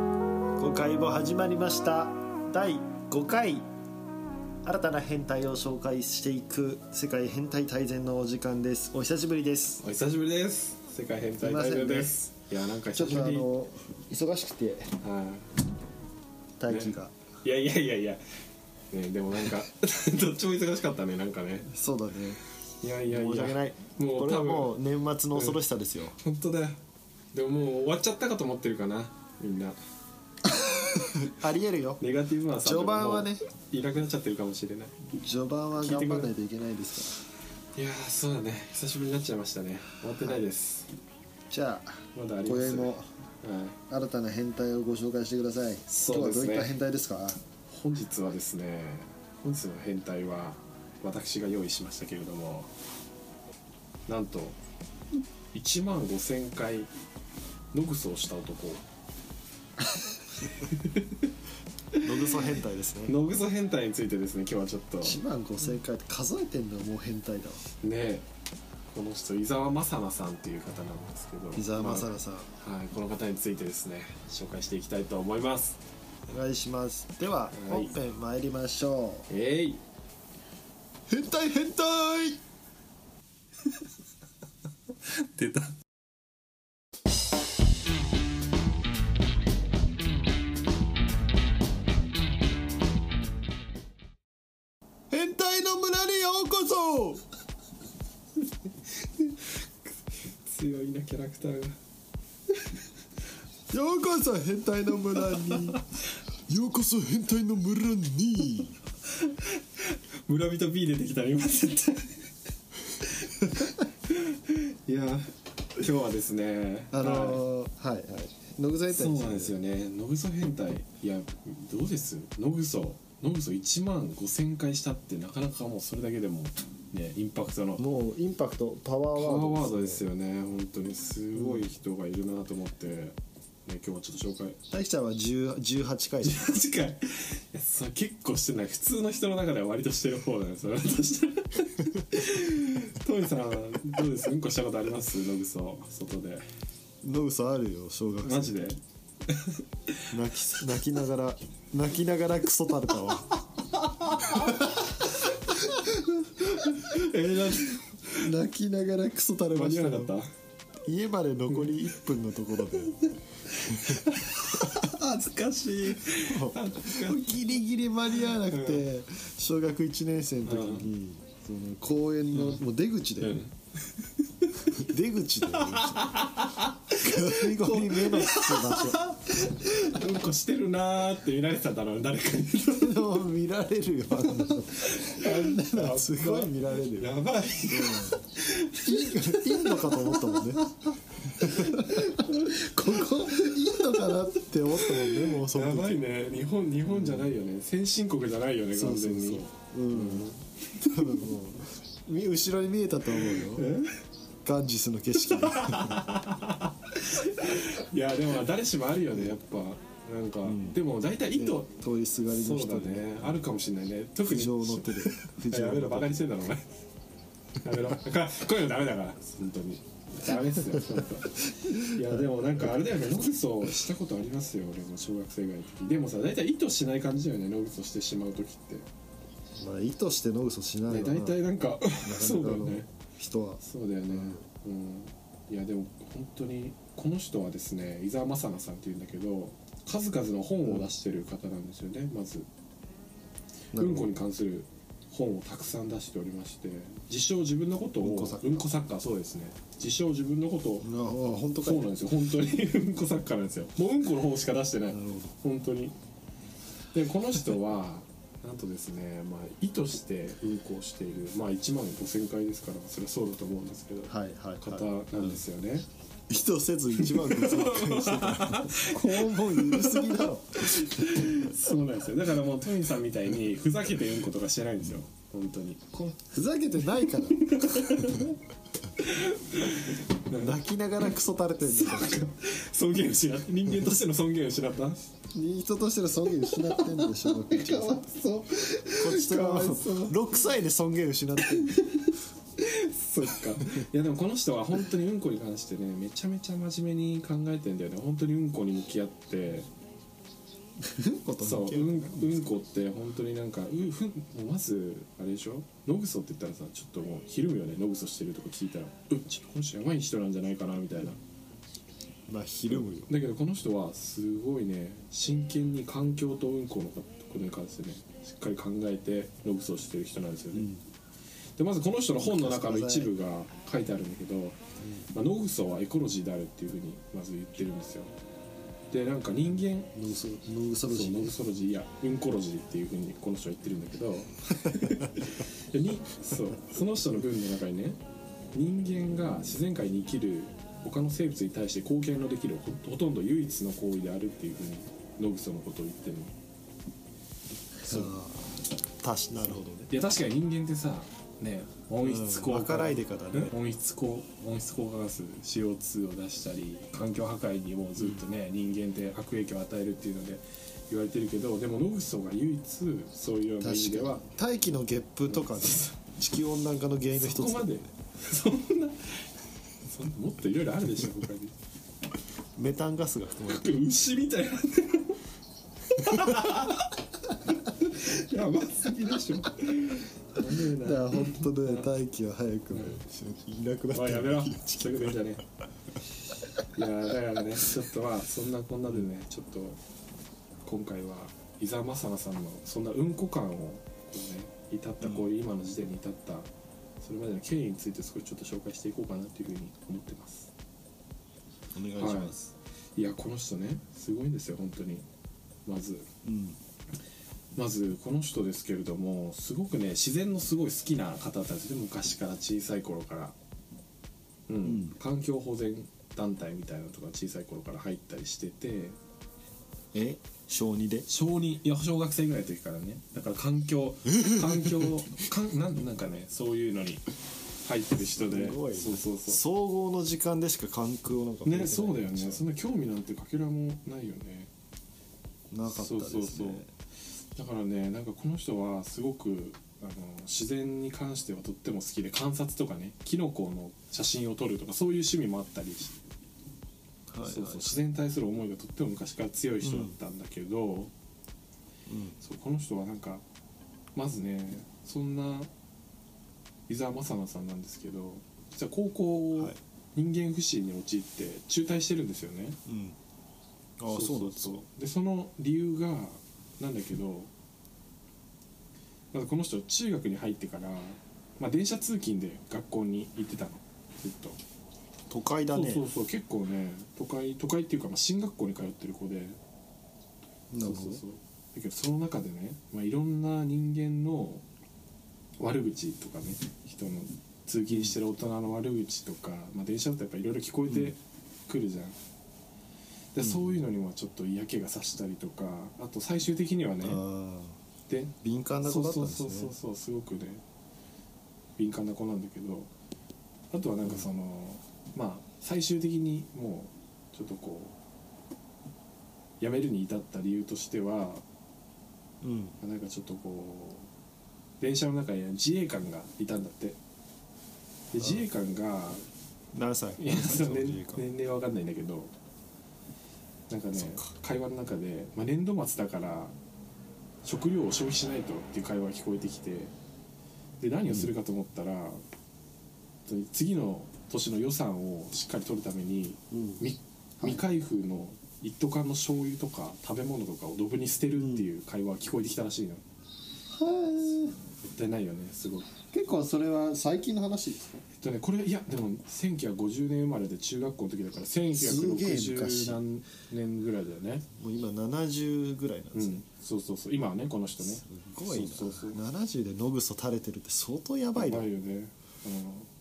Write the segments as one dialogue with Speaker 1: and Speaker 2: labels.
Speaker 1: 5回も始まりました第5回新たな変態を紹介していく世界変態大全のお時間ですお久しぶりです
Speaker 2: お久しぶりです世界変態大全ですいやなんか
Speaker 1: ちょっと
Speaker 2: 久し
Speaker 1: あ
Speaker 2: ぶり
Speaker 1: の忙しくて
Speaker 2: は
Speaker 1: 大輝が、
Speaker 2: いいやいやいやいやねでもなんか どっちも忙しかったねなんかね
Speaker 1: そうだね
Speaker 2: いやいやいや
Speaker 1: 申し訳ない
Speaker 2: も
Speaker 1: こ
Speaker 2: う
Speaker 1: れ
Speaker 2: 多
Speaker 1: はも
Speaker 2: 分
Speaker 1: う年末の恐ろしさですよ、
Speaker 2: 本当だよでももう終わっちゃったかと思ってるかなみんな
Speaker 1: ありえるよ
Speaker 2: ネガティブはさ
Speaker 1: 序盤はね
Speaker 2: でももういなくなっちゃってるかもしれない
Speaker 1: 序盤は頑張らないといけないですか
Speaker 2: いやーそうだね久しぶりになっちゃいましたね終わってないです、
Speaker 1: らじゃあ
Speaker 2: まだありま
Speaker 1: 今
Speaker 2: す
Speaker 1: 宵も
Speaker 2: はい
Speaker 1: 新たな変態をご紹介してください、今日
Speaker 2: そう
Speaker 1: は
Speaker 2: で
Speaker 1: どう
Speaker 2: すね
Speaker 1: いった変態です か
Speaker 2: 本日はですね本日の変態は私が用意しましたけれどもなんと1万5000回ノグソをした男
Speaker 1: ノグソ変態ですね
Speaker 2: ノグソ変態についてですね今日はちょっとね
Speaker 1: 1万5000回って数えてんのはもう変態だわ
Speaker 2: えこの人伊沢雅奈さんっていう方なんですけど
Speaker 1: 伊沢雅
Speaker 2: ま
Speaker 1: 也さん
Speaker 2: あはいこの方についてですね紹介していきたいと思います
Speaker 1: お願いしますでは
Speaker 2: はい
Speaker 1: 本編参りましょ
Speaker 2: えいう
Speaker 1: 変態変態
Speaker 2: 出た
Speaker 1: 変態の村にようこそ
Speaker 2: 強いなキャラクターが
Speaker 1: ようこそ変態の村 にようこそ変態の村に
Speaker 2: 村人 B 出てきた今絶対 いや今日はですね
Speaker 1: あ
Speaker 2: はい
Speaker 1: のー、はいはい野口さん
Speaker 2: そうなんですよね野グソ変態いやどうです野グソ野グソ1万5000回したってなかなかもうそれだけでもねインパクトの
Speaker 1: もうインパクトパワー
Speaker 2: パワー
Speaker 1: ワ
Speaker 2: ワ
Speaker 1: ー
Speaker 2: ー
Speaker 1: ド
Speaker 2: ド
Speaker 1: で
Speaker 2: ですすよね本当にすごい人がいるなと思って、ね、今日はちょっと紹介
Speaker 1: 大輝ちゃんは10 18回です
Speaker 2: 確かにいやそれ結構してない普通の人の中では割としてる方なん ですよ私としてトミさんどうですうんこしたことありますノグソ外で
Speaker 1: 野口さんあるよ小学
Speaker 2: マ
Speaker 1: 生
Speaker 2: ジで
Speaker 1: 泣き 泣きながら泣きながらクソ食べたわ
Speaker 2: えー、なん
Speaker 1: 泣きながらクソ食べ
Speaker 2: 間
Speaker 1: ま
Speaker 2: に
Speaker 1: し
Speaker 2: 合
Speaker 1: たよ
Speaker 2: わなかっ
Speaker 1: 家まで残り1分のところで
Speaker 2: た恥ずかしい恥ずかしい
Speaker 1: ギリギリ間に合わなくて小学1年生の時にその公園のもう出口で
Speaker 2: うん
Speaker 1: 出口 でゴミゴミ目のつく場
Speaker 2: うんこしてるなーって見られてただろう誰か に
Speaker 1: 所で も見られるよあんなのあんなのすごい見られるよ
Speaker 2: やばい
Speaker 1: いいのかと思ったもんねここいいのかなって思ったもんねもうその
Speaker 2: や
Speaker 1: 時
Speaker 2: ばいね日本日本じゃないよね、先進国じゃないよね
Speaker 1: そ
Speaker 2: 完
Speaker 1: うそ
Speaker 2: 全
Speaker 1: う
Speaker 2: に
Speaker 1: そううん多分もうみ後ろに見 えたと思うよガンジスの景色が
Speaker 2: いやでも誰しもあるよねやっぱなんか、でも大体意図、
Speaker 1: 通りすがり
Speaker 2: そ
Speaker 1: の
Speaker 2: うだ
Speaker 1: 人で
Speaker 2: ねあるかもしれないね特
Speaker 1: 苦
Speaker 2: に
Speaker 1: 情の手 で苦
Speaker 2: あや
Speaker 1: 情
Speaker 2: めろ
Speaker 1: の
Speaker 2: バカにしてんだろお前やめろここういうのダメだから本当にダメっすよ本当いやでもなんかあれだよねノグソしたことありますよ俺も小学生ぐらいの時でもさ大体意図しない感じだよねノグソしてしまう時って、
Speaker 1: まあ意図しての嘘しない
Speaker 2: ね、
Speaker 1: わな
Speaker 2: 大体なんかそうだよ
Speaker 1: なかな
Speaker 2: ね
Speaker 1: かの人は
Speaker 2: そうだよねうん、いやでも本当にこの人はですね伊沢雅奈さんっていうんだけど数々の本を出してる方なんですよねまず
Speaker 1: な
Speaker 2: うんん
Speaker 1: か
Speaker 2: こに関する本をたくさん出しておりまして自称自分のことを
Speaker 1: うんこ作家
Speaker 2: うんこ作家そうですね自称自分のことを
Speaker 1: ああ本当か
Speaker 2: そ
Speaker 1: いう
Speaker 2: なんですよ本当に うんこ作家なんですよもううんこの方しか出してない
Speaker 1: なるほど
Speaker 2: 本当にでこの人は なんとですね、まあ、意図してうんこをしている、まあ、1万5000回ですからそれはそうだと思うんですけど、
Speaker 1: はいはい
Speaker 2: 方
Speaker 1: は
Speaker 2: なんですよね、
Speaker 1: い意図せず一万5000回してた 肛門緩すぎだろ
Speaker 2: そうなんですよだからもうトミーさんみたいにふざけてうんことかしてないんですよ本当に
Speaker 1: ふざけてないから 泣きながらクソ垂れてんだから
Speaker 2: 尊厳失った人間としての尊厳を失った
Speaker 1: 人としての尊厳失ってんでしょ僕たちはこ
Speaker 2: そう
Speaker 1: っちと
Speaker 2: か
Speaker 1: ら
Speaker 2: わ
Speaker 1: はい
Speaker 2: そう
Speaker 1: 6歳で尊厳失ってんだよ
Speaker 2: そっかいやでもこの人は本当にうんこに関してねめちゃめちゃ真面目に考えてんだよね本当にうんこに向き合って
Speaker 1: うんこと
Speaker 2: そう
Speaker 1: 抜け
Speaker 2: う
Speaker 1: る
Speaker 2: んうんこって本当になんかうふんもうまずあれでしょノグソって言ったらさちょっともうひるむよねノグソしてるとこ聞いたらうんちょっとこの人やばい人なんじゃないかなみたいな
Speaker 1: まあひるむよ
Speaker 2: だけどこの人はすごいね真剣に環境とうんこのことに関してねしっかり考えてログスをしてる人なんですよね、でまずこの人の本の中の一部が書いてあるんだけど、まあ、ノグソはエコロジーであるっていうふうにまず言ってるんですよでなんか人間
Speaker 1: ノグソノグソロ
Speaker 2: そう
Speaker 1: ジ
Speaker 2: ノ
Speaker 1: ー
Speaker 2: グ
Speaker 1: ね
Speaker 2: ソロジーいやうんこロジーっていうふうにこの人は言ってるんだけど でにそうその人の文の中にね人間が自然界に生きる他の生物に対して貢献のできるほほとんど唯一の行為であるっていうふうにノグソのことを言ってるの
Speaker 1: そうたしなるほどね
Speaker 2: いや確かに人間ってさね温室効
Speaker 1: うん
Speaker 2: 果、
Speaker 1: 赤ライデカだね
Speaker 2: うん温室効温室効果ガス CO2 を出したり環境破壊にもずっとね、人間って悪影響を与えるっていうので言われてるけどでもノグソが唯一そういうような意味で
Speaker 1: 確か
Speaker 2: は
Speaker 1: に大気のゲップとかね地球温暖化の原因の一つ
Speaker 2: そこまでそんなそんなもっといろいろあるでしょ他に
Speaker 1: メタンガスが含まれてる
Speaker 2: 牛みたい なやばすぎでしょやべえ
Speaker 1: だか
Speaker 2: な
Speaker 1: ら本当ね大気は早くねいなくなっ
Speaker 2: まあ
Speaker 1: て
Speaker 2: やめろ
Speaker 1: 地
Speaker 2: そう
Speaker 1: 球
Speaker 2: いう
Speaker 1: が
Speaker 2: ことじゃね えいやーだからねちょっとまあそんなこんなでねちょっと今回は伊沢正奈さんのそんなうんこ感をこうね至ったこういう今の時点に至ったそれまでの経緯について少しちょっと紹介していこうかなというふうに思ってます
Speaker 1: お願い
Speaker 2: しますいやこの人ねすごいんですよ本当にまず
Speaker 1: うん
Speaker 2: まずこの人ですけれどもすごくね自然のすごい好きな方だったんですね昔から小さい頃から、うん
Speaker 1: ん
Speaker 2: 環境保全団体みたいなのとか小さい頃から入ったりしてて
Speaker 1: え小2で
Speaker 2: 小二いや小学生ぐらいの時からねだから環境 環境かんなんなんかねそういうのに入ってる人です
Speaker 1: ごいね
Speaker 2: そうそうそう
Speaker 1: 総合の時間でしか関空をなんか触れてな
Speaker 2: ね
Speaker 1: い
Speaker 2: そうだよねそんな興味なんてかけらもないよね
Speaker 1: なかったですね
Speaker 2: そうそうそうだからねなんかこの人はすごくあの自然に関してはとっても好きで観察とかねキノコの写真を撮るとかそういう趣味もあったりし
Speaker 1: はいはい
Speaker 2: そうそう自然に対する思いがとっても昔から強い人だったんだけど、
Speaker 1: うん
Speaker 2: そうこの人はなんかまずねそんな伊沢正奈さんなんですけど実は高校を
Speaker 1: はい
Speaker 2: 人間不信に陥って中退してるんですよね。
Speaker 1: うんああそうなんですか
Speaker 2: そうでその理由がなんだけどまずこの人中学に入ってから、まあ、電車通勤で学校に行ってたのずっと、
Speaker 1: 都会だね
Speaker 2: そうそうそう結構ね都会都会っていうか、まあ、進学校に通ってる子で
Speaker 1: なるほど
Speaker 2: そうそうそうだけどその中でね、まあ、いろんな人間の悪口とかね人の通勤してる大人の悪口とか、まあ、電車だとやっぱいろいろ聞こえてくるじゃん、でそういうのにもちょっと嫌気がさしたりとかあと最終的にはね
Speaker 1: ああ
Speaker 2: で
Speaker 1: 敏感な子
Speaker 2: そう
Speaker 1: だった
Speaker 2: そ
Speaker 1: ん
Speaker 2: う
Speaker 1: です
Speaker 2: そうそ
Speaker 1: ね
Speaker 2: うそうすごくね敏感な子なんだけどあとはなんかその、まあ最終的にもうちょっとこう辞めるに至った理由としては
Speaker 1: うん
Speaker 2: なんかちょっとこう電車の中に自衛官がいたんだってで自衛官が
Speaker 1: 何歳
Speaker 2: いやその
Speaker 1: 何歳の自衛
Speaker 2: 年
Speaker 1: 官
Speaker 2: 年齢は分かんないんだけどなんかね
Speaker 1: そっか
Speaker 2: 会話の中で、まあ、年度末だから食料を消費しないとっていう会話が聞こえてきてで何をするかと思ったら、次の年の予算をしっかり取るために
Speaker 1: うん
Speaker 2: 未未開封の一斗缶の醤油とか食べ物とかをドブに捨てるっていう会話が聞こえてきたらしいの
Speaker 3: へ
Speaker 2: もったいないよねすごく
Speaker 3: え結構それは最近の話ですか
Speaker 2: えっとねこれいやでも1950年生まれで中学校の時だから
Speaker 3: すげえ昔
Speaker 2: 1960何年ぐらいだよね
Speaker 1: もう今70ぐらいなんで
Speaker 2: う
Speaker 1: すね
Speaker 2: んそうそうそう今はねこの人ね
Speaker 1: すごいな
Speaker 2: そうそうそう
Speaker 1: 70でノグソ垂れてるって相当やばいな
Speaker 2: やばいよねうん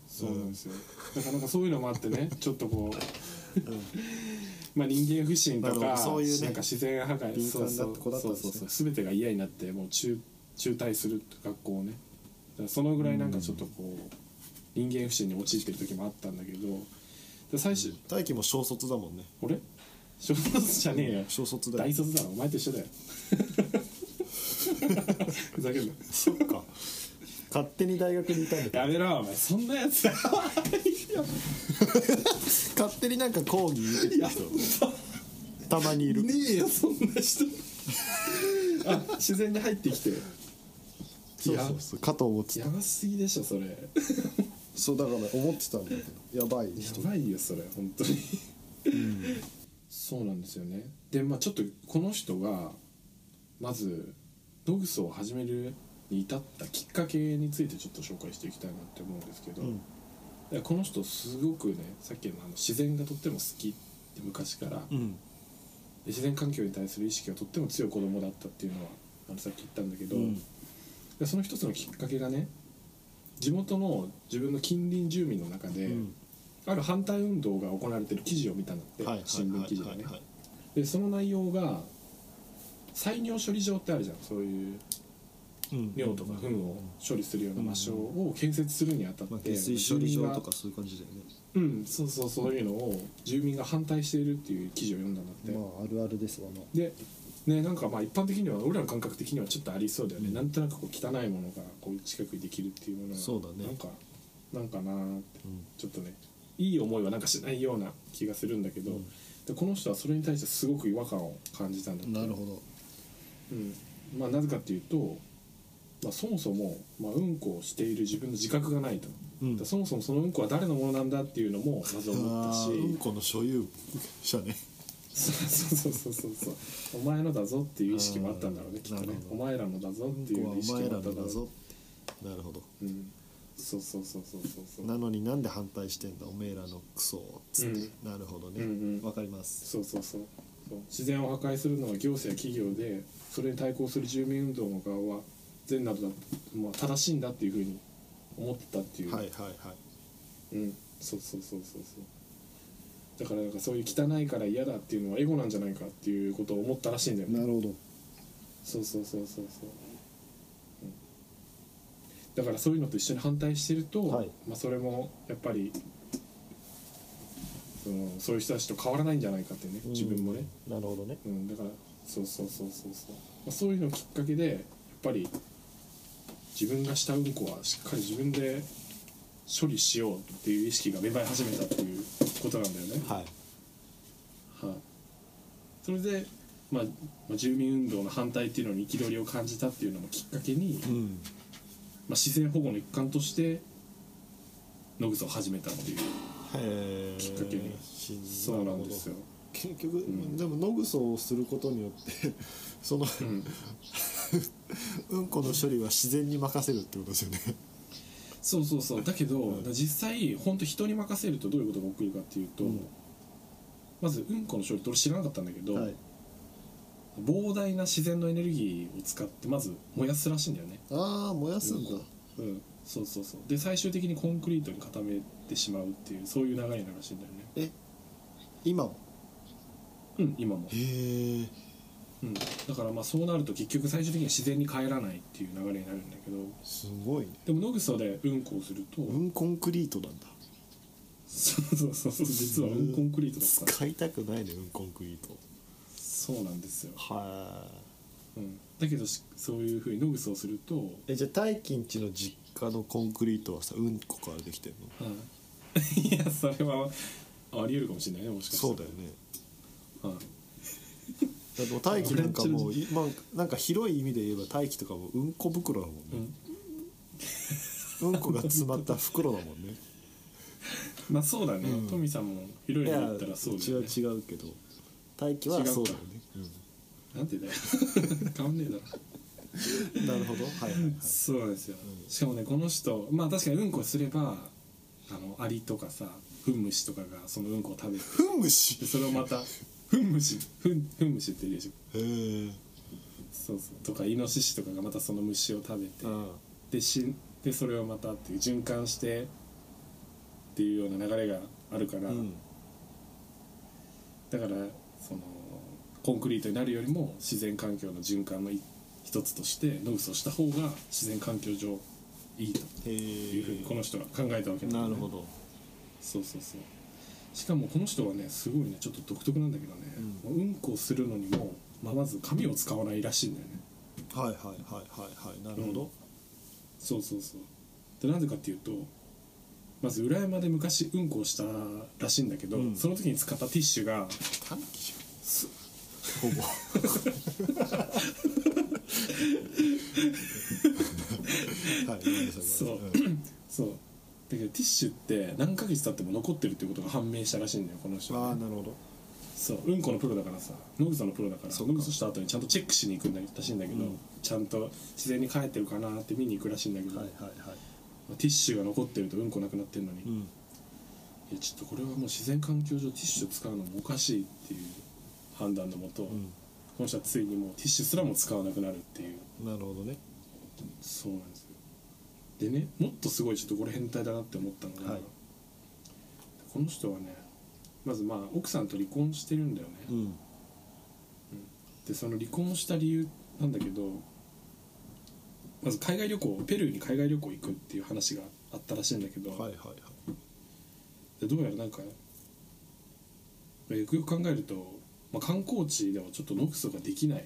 Speaker 2: そうなんですよ、だからなんかそういうのもあっ てねちょっとこう、 まあ人間不信と
Speaker 1: ま
Speaker 2: か
Speaker 1: あそういうね
Speaker 2: なんか自然破壊
Speaker 1: 敏感な
Speaker 2: そう
Speaker 1: 子だったんですね
Speaker 2: そうそうそう全てが嫌になってもう中中退する学校をねだからそのぐらいなんかちょっとこう、人間不信に陥ってる時もあったんだけどで最終、
Speaker 1: 大輝も小卒だもんね
Speaker 2: 俺小卒じゃねえよ
Speaker 1: 小卒だ
Speaker 2: 大
Speaker 1: よ
Speaker 2: 卒だろお前と一 緒だよふざけんな
Speaker 1: そっか勝手に大学にいたんだ
Speaker 2: やめろお前そんな やつ だ
Speaker 1: 勝手になんか講義受けてる人たまにいる
Speaker 2: ねえよそんな人 あ自然に入ってきて
Speaker 3: そうそうそうかと思って
Speaker 2: や
Speaker 3: た
Speaker 2: ばすぎでしょそれや
Speaker 3: そうだから思ってたんだけどやばい人
Speaker 2: ばいよそれ本当にそうなんですよねでまあちょっとこの人がまずドグスを始めるに至ったきっかけについてちょっと紹介していきたいなって思うんですけど、
Speaker 1: うん
Speaker 2: でこの人すごくねさっきのあの自然がとっても好きって昔から、で
Speaker 1: うん
Speaker 2: 自然環境に対する意識がとっても強い子供だったっていうのはあのさっき言ったんだけど、
Speaker 1: うん
Speaker 2: でその一つのきっかけがね地元の自分の近隣住民の中で、
Speaker 1: うん
Speaker 2: ある反対運動が行われてる記事を見たんだって、
Speaker 1: はいはい
Speaker 2: 新聞記事
Speaker 1: は
Speaker 2: で
Speaker 1: い
Speaker 2: ね
Speaker 1: はい
Speaker 2: でその内容が採尿処理場ってあるじゃんそういう
Speaker 1: うん
Speaker 2: 尿とか糞を処理するような場所を建設するにあたって、
Speaker 1: まあ、下水処理場とかそういう感じだよね
Speaker 2: うんそうそうそういうのを住民が反対しているっていう記事を読んだんだって、
Speaker 3: まああるあるですわな
Speaker 2: でねなんかまあ一般的には俺らの感覚的にはちょっとありそうだよね、
Speaker 1: うん
Speaker 2: なんとなくこう汚いものがこう近くにできるっていうものが
Speaker 1: そうだね
Speaker 2: なんかなんかなーって
Speaker 1: うん
Speaker 2: ちょっとねいい思いはなんかしないような気がするんだけど、
Speaker 1: うん
Speaker 2: でこの人はそれに対してすごく違和感を感じたんだって
Speaker 3: なるほど
Speaker 2: うんまあ、なぜかっていうと、まあ、そもそも、まあ、うんこをしている自分の自覚がないと、
Speaker 1: うん
Speaker 2: だからそもそもそのうんこは誰のものなんだっていうのもまず思ったし、
Speaker 1: あーうんこの所有者ね
Speaker 2: そうそうそうそうそうそうお前のだぞっていう意識もあったんだろうね
Speaker 1: あー
Speaker 2: きっと
Speaker 1: なる
Speaker 2: ね
Speaker 1: ほ
Speaker 2: お
Speaker 1: ど
Speaker 2: 前らのだぞ
Speaker 1: うん
Speaker 2: ってい
Speaker 1: こは
Speaker 2: う意
Speaker 1: お
Speaker 2: 識
Speaker 1: 前
Speaker 2: もあ
Speaker 1: ら
Speaker 2: った
Speaker 1: の
Speaker 2: んだろ
Speaker 1: だ
Speaker 2: う
Speaker 1: ぞってなるほど
Speaker 2: うん、そうそうそうそうそうそう
Speaker 1: なのになんで反対してんだおめえらのクソっつって、なるほどねわ
Speaker 2: うん、うん
Speaker 1: かります
Speaker 2: そうそうそうそう自然を破壊するのは行政や企業でそれに対抗する住民運動の側は善などだ、まあ、正しいんだっていうふうに思ってたっていう、
Speaker 1: はいはいはい
Speaker 2: うん、そうそうそうそうそうだからなんかそういう汚いから嫌だっていうのはエゴなんじゃないかっていうことを思ったらしいんだよね
Speaker 3: なるほど
Speaker 2: そうそうそうそうそう、うんだからそういうのと一緒に反対してると、
Speaker 1: はい
Speaker 2: まあ、それもやっぱりそのそういう人たちと変わらないんじゃないかってね
Speaker 1: うん
Speaker 2: 自分もね、
Speaker 1: なるほどね
Speaker 2: うん、だからそうそうそうそうそう、まあ、そういうのきっかけでやっぱり自分がしたうんこはしっかり自分で処理しようっていう意識が芽生え始めたっていうことなんだよね、
Speaker 1: はい
Speaker 2: はい、それで、まあ、まあ住民運動の反対っていうのに憤りを感じたっていうのもきっかけに、ま
Speaker 1: うん
Speaker 2: あ、自然保護の一環として野草を始めたっていう
Speaker 1: へえ
Speaker 2: きっかけにそうなんですよ、
Speaker 3: 結局、
Speaker 2: ん
Speaker 3: でもノグソをすることによ ってその
Speaker 2: うん、
Speaker 1: うんこの処理は自然に任せるってことですよね
Speaker 2: そうそうそうだけど、実際本当人に任せるとどういうことが起きるかっていうと、
Speaker 1: うん
Speaker 2: まずうんこの処理って俺知らなかったんだけど、
Speaker 3: はい
Speaker 2: 膨大な自然のエネルギーを使ってまず燃やすらしいんだよね、
Speaker 3: ああ燃やすんだ、
Speaker 2: うん、そうそうそうで最終的にコンクリートに固めてしまうっていうそういう流れになるらしいんだよね
Speaker 1: え今も
Speaker 2: うん今も、
Speaker 1: へえ
Speaker 2: うん、だからまあそうなると結局最終的には自然に帰らないっていう流れになるんだけど
Speaker 1: すごいね
Speaker 2: でも野草でうんこをすると、
Speaker 1: うんコンクリートなんだ
Speaker 2: そうそうそうそう実はうんコンクリートだった
Speaker 1: 使いたくないねうんコンクリート
Speaker 2: そうなんですよ
Speaker 1: は
Speaker 2: うん、だけどしそういうふうにノグスをすると、はい
Speaker 1: えじゃあ大金地の実家のコンクリートはさうんこからできてるの
Speaker 2: い やそれはありえるかもしれないねもしかした
Speaker 1: そ
Speaker 2: ら
Speaker 1: うだよね
Speaker 2: はい
Speaker 1: だってもう大気なんかもう、いまあ、なんか広い意味で言えば大気とかもうんこ袋 だもん
Speaker 2: う
Speaker 1: ね、
Speaker 2: ん
Speaker 1: うん、こが詰まった袋だもんね
Speaker 2: まあそうだね、
Speaker 1: うん
Speaker 2: トミさんも広いの言ったらそう
Speaker 1: う
Speaker 2: だ
Speaker 1: ち
Speaker 2: よ
Speaker 1: は
Speaker 2: ね
Speaker 1: 違うけど大気はそうだよね、
Speaker 2: なんて言うんだよ 変わんねえだろ
Speaker 1: うん、なるほどはいはいはい
Speaker 2: そうなんですよ、しかもねこの人まあ確かにうんこすればあのアリとかさフンムシとかがそのうんこを食べて
Speaker 1: ふんむし
Speaker 2: でそれをま たフンムシフンフンムシって言うでしょ
Speaker 1: へえ
Speaker 2: そうそうとかイノシシとかがまたその虫を食べて、
Speaker 1: うん
Speaker 2: で死んでそれをまたっていう循環してっていうような流れがあるから、
Speaker 1: うん
Speaker 2: だからそのコンクリートになるよりも自然環境の循環のい一つとしてノグスをした方が自然環境上いいと
Speaker 1: へ
Speaker 2: いうふうにこの
Speaker 1: え
Speaker 2: 人が考えたわけ
Speaker 1: な
Speaker 2: だ
Speaker 1: るほど
Speaker 2: そうそうそうしかもこの人はねすごいねちょっと独特なんだけどね、うん、こをするのにも、まあ、まず紙を使わないらしいんだよね
Speaker 1: はいはいはいはいはいなるほど、
Speaker 2: そうそうそうでなぜかっていうとまず裏山で昔うんこをしたらしいんだけど、
Speaker 1: うん
Speaker 2: その時に使ったティッシュが
Speaker 1: 短期じゃんほぼ
Speaker 2: ティッシュって何ヶ月経っても残ってるってことが判明したらしいんだよこの人
Speaker 3: あ
Speaker 2: は
Speaker 3: あ
Speaker 2: ね
Speaker 3: なるほど
Speaker 2: そううんこのプロだからさ野口さんのプロだから
Speaker 3: そ
Speaker 2: 野
Speaker 3: っか
Speaker 2: 口した後にちゃんとチェックしに行くんだらしいんだけど、
Speaker 1: うん
Speaker 2: ちゃんと自然に帰ってるかなって見に行くらしいんだけど、
Speaker 1: はいはいはい
Speaker 2: ティッシュが残ってるとうんこなくなってるのに、
Speaker 1: う
Speaker 2: い
Speaker 1: ん
Speaker 2: やちょっとこれはもう自然環境上ティッシュ使うのもおかしいっていう判断のもと、
Speaker 1: うん
Speaker 2: この人はついにもうティッシュすらも使わなくなるっていう
Speaker 1: なるほどね
Speaker 2: そうなんですよでねもっとすごいちょっとこれ変態だなって思ったのが、
Speaker 1: はい
Speaker 2: この人はねまずまあ奥さんと離婚してるんだよね、
Speaker 1: うん
Speaker 2: でその離婚した理由なんだけどまず海外旅行ペルーに海外旅行行くっていう話があったらしいんだけど、
Speaker 1: はいはいはい
Speaker 2: でどうやらなんかよくよく考えると、まあ、観光地ではちょっとノクソができない、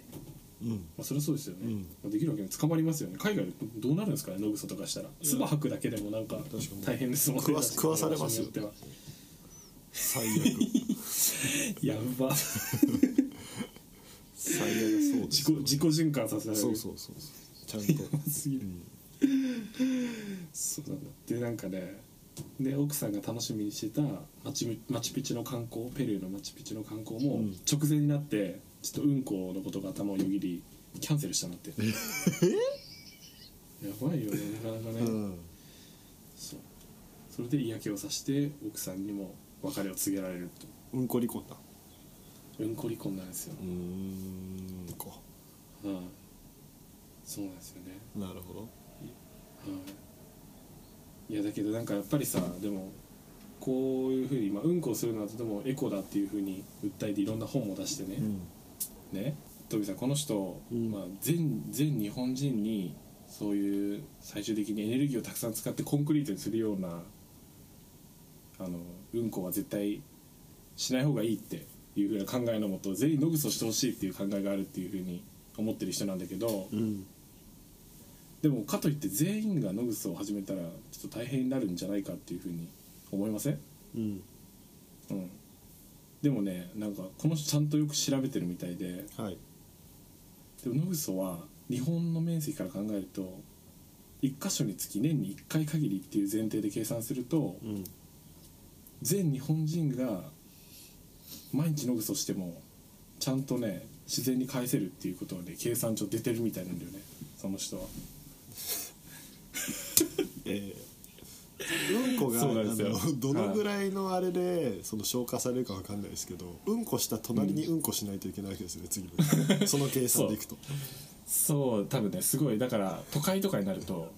Speaker 1: うん
Speaker 2: まあ、それはそうですよね、
Speaker 1: うん
Speaker 2: まあできるわけに捕まりますよね海外でどうなるんですかねノクソとかしたら唾吐くだけでもなんか
Speaker 1: 確かに
Speaker 2: 大変ですもんね
Speaker 1: 食わす食わされますよ
Speaker 2: 場所によっ
Speaker 1: 最悪
Speaker 2: てはやば
Speaker 3: 最悪そうで
Speaker 2: 自
Speaker 3: す
Speaker 2: 己自己循環させられる
Speaker 3: そうそうそうそうちゃんと
Speaker 2: すぎる、そうなんだでなんかねで奥さんが楽しみにしてたマチュマチュピチュの観光ペルーのマチュピチュの観光も
Speaker 1: うん
Speaker 2: 直前になってちょっとうんこのことが頭をよぎりキャンセルしたなってやばいよねなかなかね、
Speaker 1: うん
Speaker 2: そうそれで嫌気をさして奥さんにも別れを告げられる
Speaker 1: うんこ離婚だ
Speaker 2: とうんこ離婚なんですよ
Speaker 1: う、ーんこ
Speaker 2: はいそうなんですよね
Speaker 1: なるほど
Speaker 2: はいいやだけどなんかやっぱりさでもこういうふうに、まあ、うんこをするのはとてもエコだっていうふうに訴えていろんな本も出してね、
Speaker 1: うん
Speaker 2: ねトビさんこの人、
Speaker 1: うん
Speaker 2: まあ、全全日本人にそういう最終的にエネルギーをたくさん使ってコンクリートにするようなあのうんこは絶対しない方がいいっていうふうな考えのもと全員ノグソしてほしいっていう考えがあるっていうふうに思ってる人なんだけど、
Speaker 1: うん
Speaker 2: でもかといって全員がノグスを始めたらちょっと大変になるんじゃないかっていうふうに思いません
Speaker 1: うん
Speaker 2: うんでもねなんかこの人ちゃんとよく調べてるみたいで
Speaker 1: はい
Speaker 2: でもノグソは日本の面積から考えると1箇所につき年に1回限りっていう前提で計算すると
Speaker 1: うん
Speaker 2: 全日本人が毎日ノグソしてもちゃんとね自然に返せるっていうことはね計算上出てるみたいなんだよねその人は
Speaker 1: えー、うんこが
Speaker 2: そうなんですよ
Speaker 1: あの どのぐらいのあれでその消化されるかわかんないですけどうんこした隣にうんこしないといけないわけですよね次 のその計算でいくと
Speaker 2: そう多分ねすごいだから都会とかになると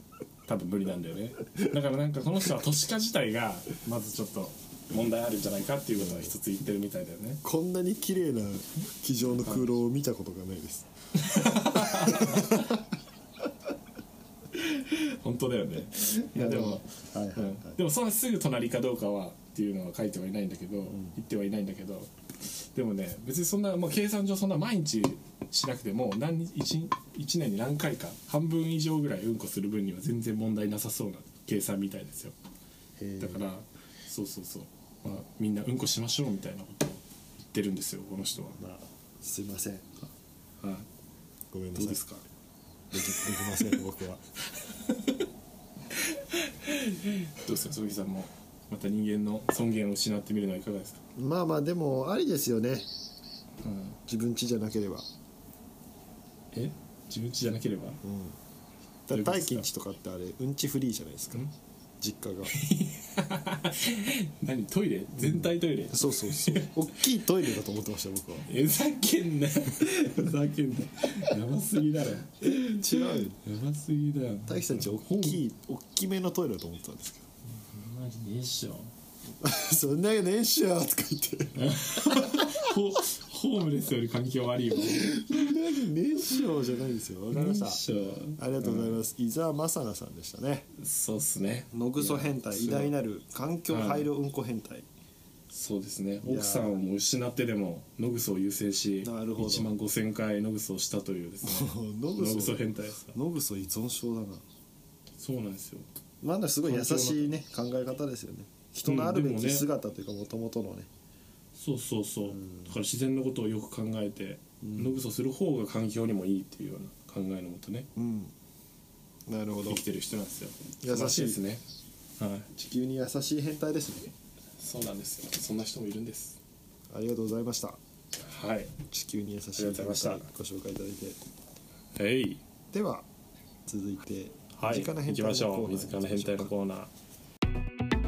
Speaker 2: 多分無理なんだよねだからなんかこの人は都市化自体がまずちょっと問題あるんじゃないかっていうことは一つ言ってるみたいだよね
Speaker 3: こんなに綺麗な机上の空洞を見たことがないです
Speaker 2: 本当だよねいやでも、
Speaker 1: はいはいは
Speaker 2: う
Speaker 1: い、
Speaker 2: ん、でもそんなすぐ隣かどうかはっていうのは書いてはいないんだけど、言ってはいないんだけどでもね別にそんな、まあ、計算上そんな毎日しなくても何 1, 1年に何回か半分以上ぐらいうんこする分には全然問題なさそうな計算みたいですよ
Speaker 1: へ
Speaker 2: だ
Speaker 1: ー
Speaker 2: からそうそうそう、まあ、みんなうんこしましょうみたいなことを言ってるんですよこの人は、
Speaker 1: まあすいません
Speaker 2: はい、
Speaker 3: ごめんな
Speaker 2: ど
Speaker 3: さい
Speaker 2: う
Speaker 3: でき
Speaker 2: ですか
Speaker 3: できません僕は
Speaker 2: どうですか鈴木さんもまた人間の尊厳を失ってみるのはいかがですか、
Speaker 1: まあまあでもありですよね
Speaker 2: うん、
Speaker 1: 自分家じゃなければ
Speaker 2: え自分家じゃなければ
Speaker 1: うんだから大金地とかってあれうんちフリーじゃないですか
Speaker 2: ん
Speaker 1: 実家が
Speaker 2: 何トイレ全体トイレ
Speaker 1: そうそうそう大きいトイレだと思ってました僕は
Speaker 2: えふざけんなふざけんなやばすぎだろや
Speaker 1: 違うよ
Speaker 2: ばすぎだよ
Speaker 1: 大吉さんち大きい大きめのトイレだと思ってたんですけど
Speaker 2: あんまりねえっしょ
Speaker 1: そんな年収扱いって
Speaker 2: ホホームレスより環境悪いよ
Speaker 1: 年収じゃないんですよわかりましたありがとうございます、伊沢正奈さんでしたね
Speaker 2: そうっすね
Speaker 1: 野ぐそ変態偉大なる環境配慮うんこ変態
Speaker 2: そうですね
Speaker 1: やー
Speaker 2: 奥さんをもう失ってでもノグソを優先し
Speaker 1: なるほど
Speaker 2: 1万5000回ノグソをしたというですね
Speaker 1: ノ
Speaker 2: ノ
Speaker 1: グ
Speaker 2: グ
Speaker 1: ソ
Speaker 2: ソ変態ですか
Speaker 1: 野ぐそ依存症だな
Speaker 2: そうなんですよ
Speaker 1: なんだすごい優しいね考え方ですよね人のあるべき姿というかもともとのね
Speaker 2: そうそうそうだから自然のことをよく考えて、ノグソする方が環境にもいいっていうような考えのもとね
Speaker 1: うんなるほど
Speaker 2: 生きてる人なんですよ
Speaker 1: 優しい
Speaker 2: 素晴らですね
Speaker 4: はい、
Speaker 1: 地球に優しい変態ですね
Speaker 4: そうなんですよそんな人もいるんです
Speaker 1: ありがとうございました
Speaker 4: はい
Speaker 1: 地球に優しい変態
Speaker 2: あ
Speaker 1: ご
Speaker 2: りがとうございま
Speaker 1: 紹介いただいて
Speaker 4: えい
Speaker 1: では続いて
Speaker 4: はい
Speaker 1: 身近な変
Speaker 4: 行き
Speaker 1: 態の
Speaker 4: ましょ
Speaker 1: コ
Speaker 4: う
Speaker 1: ーナー
Speaker 4: 身近な変態のコーナー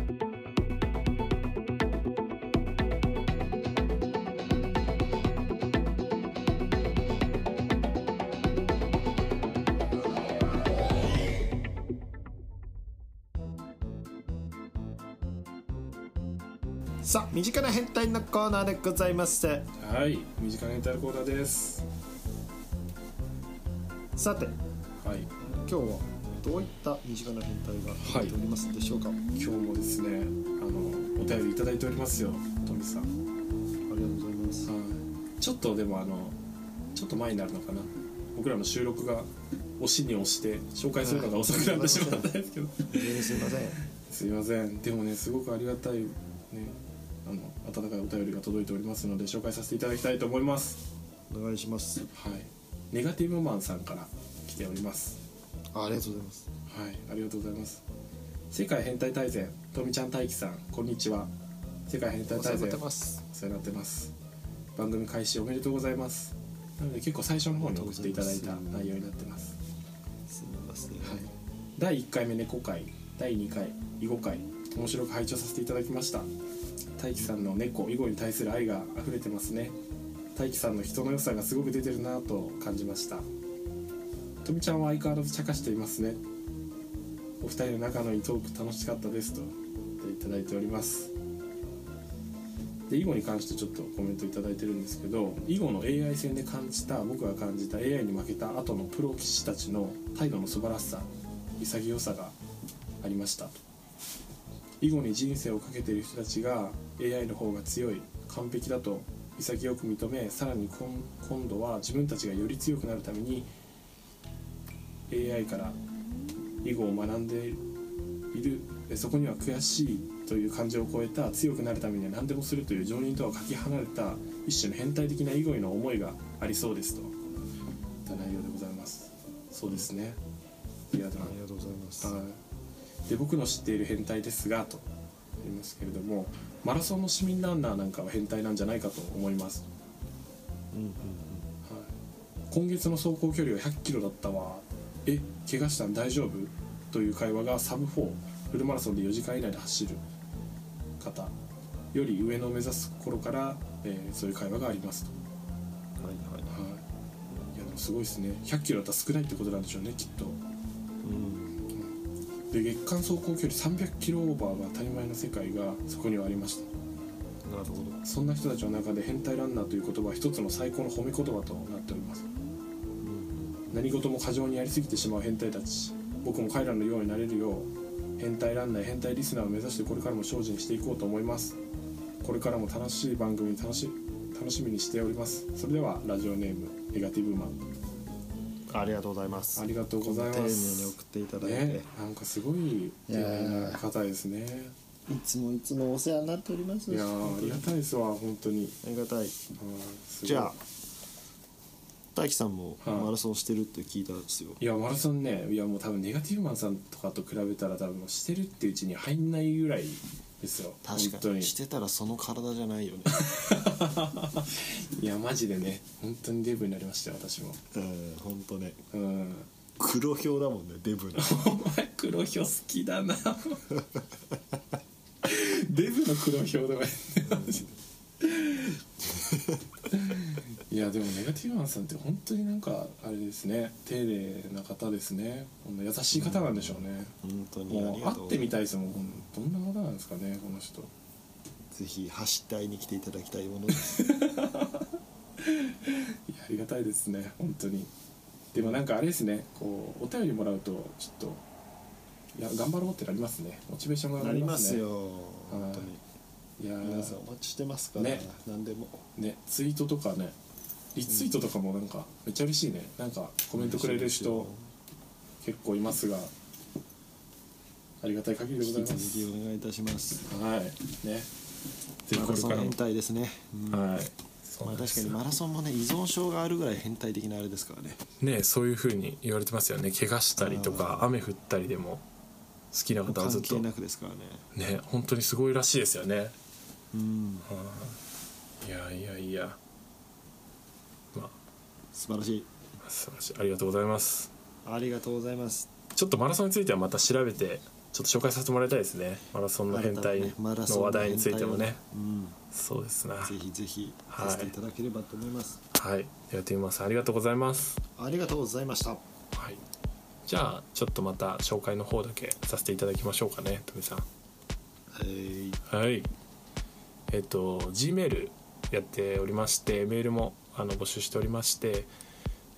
Speaker 1: さあ身近な変態のコーナーでございます
Speaker 2: はい身近なエンタルコーナーです
Speaker 1: さて
Speaker 2: はい
Speaker 1: 今日はどういった身近な変態が
Speaker 2: はい
Speaker 1: 出ておりますでしょうか、あ
Speaker 2: 今日もですねあのお便りいただいておりますよトミさん
Speaker 1: りがとうございます
Speaker 2: ちょっとでもあのちょっと前になるのかな僕らの収録が押しに押して紹介するのが遅くなってしまったんですけど
Speaker 1: 非常にすいません
Speaker 2: すいませんでもねすごくありがたいねあの温かいお便りが届いておりますので紹介させていただきたいと思います
Speaker 1: お願いします
Speaker 2: はいネガティブマンさんから来ております
Speaker 1: あありがとうございます
Speaker 2: はい、ありがとうございます。世界変態大全、とみちゃん大輝さん、こんにちは。世界変態
Speaker 1: お世話
Speaker 2: 大
Speaker 1: にな
Speaker 2: 全
Speaker 1: っ、てます
Speaker 2: お世話になってます。番組開始おめでとうございます。なので、結構最初の方に送っていただいた内容になってます。
Speaker 1: すみません、
Speaker 2: はい、第1回目猫回第2回囲碁回面白く拝聴させていただきました大樹さんの猫囲碁に対する愛が溢れてますね大樹さんの人の良さがすごく出てるなぁと感じましたとみちゃんは相変わらず茶化していますねお二人の仲のいいトーク楽しかったですといただいておりますで囲碁に関してちょっとコメントいただいてるんですけど囲碁の AI 戦で感じた僕が感じた AI に負けた後のプロ棋士たちの態度の素晴らしさ潔さがありましたと囲碁に人生をかけている人たちが AI の方が強い完璧だと潔く認めさらに今今度は自分たちがより強くなるために AI から囲碁を学んでいるえそこには悔しいという感情を超えた強くなるためには何でもするという常人とはかけ離れた一種の変態的な囲碁への思いがありそうですといった内容でございますそうですねいやでも
Speaker 1: ありがとうございます
Speaker 2: はいで僕の知っている変態ですがとありますけれどもマラソンの市民ランナーなんかは変態なんじゃないかと思います、
Speaker 1: うんうんうん
Speaker 2: はい、今月の走行距離は1 0 0キロだったわえ怪我したん大丈夫という会話がサブ4フルマラソンで4時間以内で走る方より上の目指す頃から、えーそういう会話がありますと、
Speaker 1: はいはい
Speaker 2: はい、いやでもすごいですね1 0 0キロだったら少ないってことなんでしょうねきっと
Speaker 1: うん
Speaker 2: で月間走行距離300キロオーバーが当たり前の世界がそこにはありまし
Speaker 1: なるほど
Speaker 2: たそんな人たちの中で変態ランナーという言葉は一つの最高の褒め言葉となっております何事も過剰にやりすぎてしまう変態たち僕も彼らのようになれるよう変態ランナー変態リスナーを目指してこれからも精進していこうと思いますこれからも楽しい番組楽し楽しみにしておりますそれではラジオネームネガティブマン
Speaker 1: ありがとうございます
Speaker 2: ありがとうござい
Speaker 1: 丁寧
Speaker 2: ま
Speaker 1: に
Speaker 2: す
Speaker 1: 送っていただいて、
Speaker 2: ね、なんかすごい丁寧な方ですね
Speaker 5: いつもいつもお世話になっております
Speaker 2: いやーありがたいですわ本当に
Speaker 1: ありがたい
Speaker 2: あーすごい
Speaker 1: じゃあ大樹さんも
Speaker 2: はい
Speaker 1: マラソンしてるって聞いたんですよ、
Speaker 2: いやマラソンねいやもう多分ネガティブマンさんとかと比べたら多分してるってうちに入んないぐらいですよ
Speaker 1: 確
Speaker 2: 本
Speaker 1: か
Speaker 2: 当
Speaker 1: に
Speaker 2: に
Speaker 1: してたらその体じゃないよね
Speaker 2: いやマジでね本当にデブになりましたよ私も
Speaker 1: うんほんとね
Speaker 2: うん
Speaker 1: 黒ひょうだもんねデブな
Speaker 2: お前黒ひょ好き だなデブの黒ひょとか言ってましたいやでもネガティブマンさんって本当になんかあれですね丁寧な方ですねほんと優しい方なんでしょうね、
Speaker 1: ほんとにあ
Speaker 2: も
Speaker 1: り
Speaker 2: う
Speaker 1: がと
Speaker 2: 会っ
Speaker 1: う
Speaker 2: てみたいですもんどんな方なんですかねこの人
Speaker 1: ぜひ走りたいに来ていただきたいものです
Speaker 2: いやありがたいですね本当にでもなんかあれですねこうお便りもらうとちょっといや頑張ろうってなりますねモチベーションが上
Speaker 1: な
Speaker 2: がり
Speaker 1: り
Speaker 2: ま
Speaker 1: ますす
Speaker 2: ね
Speaker 1: よ本当に
Speaker 2: いやー
Speaker 1: 皆さんお待ちしてますから、
Speaker 2: ね
Speaker 1: 何でも
Speaker 2: ねツイートとかねリツイートとかもなんかめっちゃ嬉しいねなんかコメントくれる人結構いますがありがたい限りでござい
Speaker 1: 引き
Speaker 2: ま
Speaker 1: 続
Speaker 2: す
Speaker 1: きお願いいたします
Speaker 2: はいねぜひ
Speaker 1: マ
Speaker 2: こ
Speaker 1: ラ
Speaker 2: れ
Speaker 1: ソ
Speaker 2: か
Speaker 1: ン
Speaker 2: ら
Speaker 1: 変
Speaker 2: も
Speaker 1: 態ですね、うん
Speaker 2: はい
Speaker 1: まあ確かにマラソンもね依存症があるぐらい変態的なあれですからね
Speaker 4: ねそういう風に言われてますよね怪我したりとか雨降ったりでも
Speaker 2: 好きな方はずっ
Speaker 1: 関
Speaker 2: と
Speaker 1: 係
Speaker 2: ね
Speaker 1: なくですからね
Speaker 2: 本当にすごいらしいですよね
Speaker 1: うん
Speaker 2: いやいやいやま
Speaker 1: 素晴らしい
Speaker 2: あ素晴らしいありがとうございます
Speaker 1: ありがとうございます
Speaker 2: ちょっとマラソンについてはまた調べてちょっと紹介させてもらいたいですねマラソンの変
Speaker 1: 新た
Speaker 2: 態
Speaker 1: なねマラソン
Speaker 2: の話題についてもね
Speaker 1: 変態をね
Speaker 2: そうですな
Speaker 1: うんぜひぜひさせていただければと思います、
Speaker 2: はいやってみますありがとうございます
Speaker 1: ありがとうございました
Speaker 2: はいじゃあちょっとまた紹介の方だけさせていただきましょうかね富さん
Speaker 1: えー
Speaker 2: はい。えっと、Gmail やっておりまして、メールもあの募集しておりまして、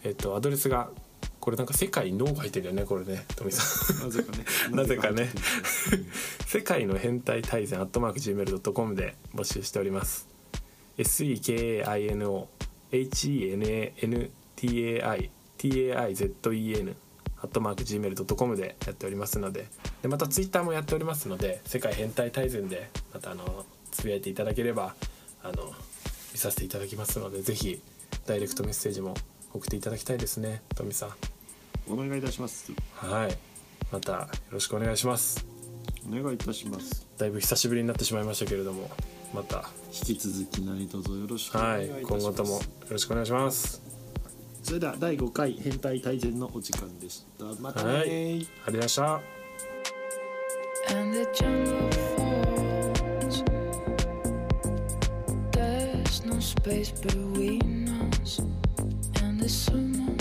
Speaker 2: えっと、アドレスが、これなんか世界の書いてるよね、これね、富さん。
Speaker 1: なぜかね
Speaker 2: なぜかね、世界の変態大全、アットマーク Gmail.com で募集しております。SEKAINO、HENANTAI、TAIZEN、アットマーク Gmail.com でやっておりますので、でまたツイッターもやっておりますので、世界変態大全で、またあの、つぶやいていただければ、あの、見させていただきますので、ぜひ、ダイレクトメッセージも送っていただきたいですね、トミさん。
Speaker 1: お願いいたします
Speaker 2: はい。またよろしくお願いします。
Speaker 1: お願いいたします
Speaker 2: だいぶ久しぶりになってしまいましたけれどもまた
Speaker 1: 引き続き何卒よろしくお願
Speaker 2: はいい
Speaker 1: いたします、
Speaker 2: 今後ともよろしくお願いします
Speaker 1: それでは第5回変態大全のお時間でしたまたね
Speaker 2: はいあ
Speaker 1: ー
Speaker 2: りがとうございました
Speaker 6: And the jungle falls. There's no space between us and the summer oh,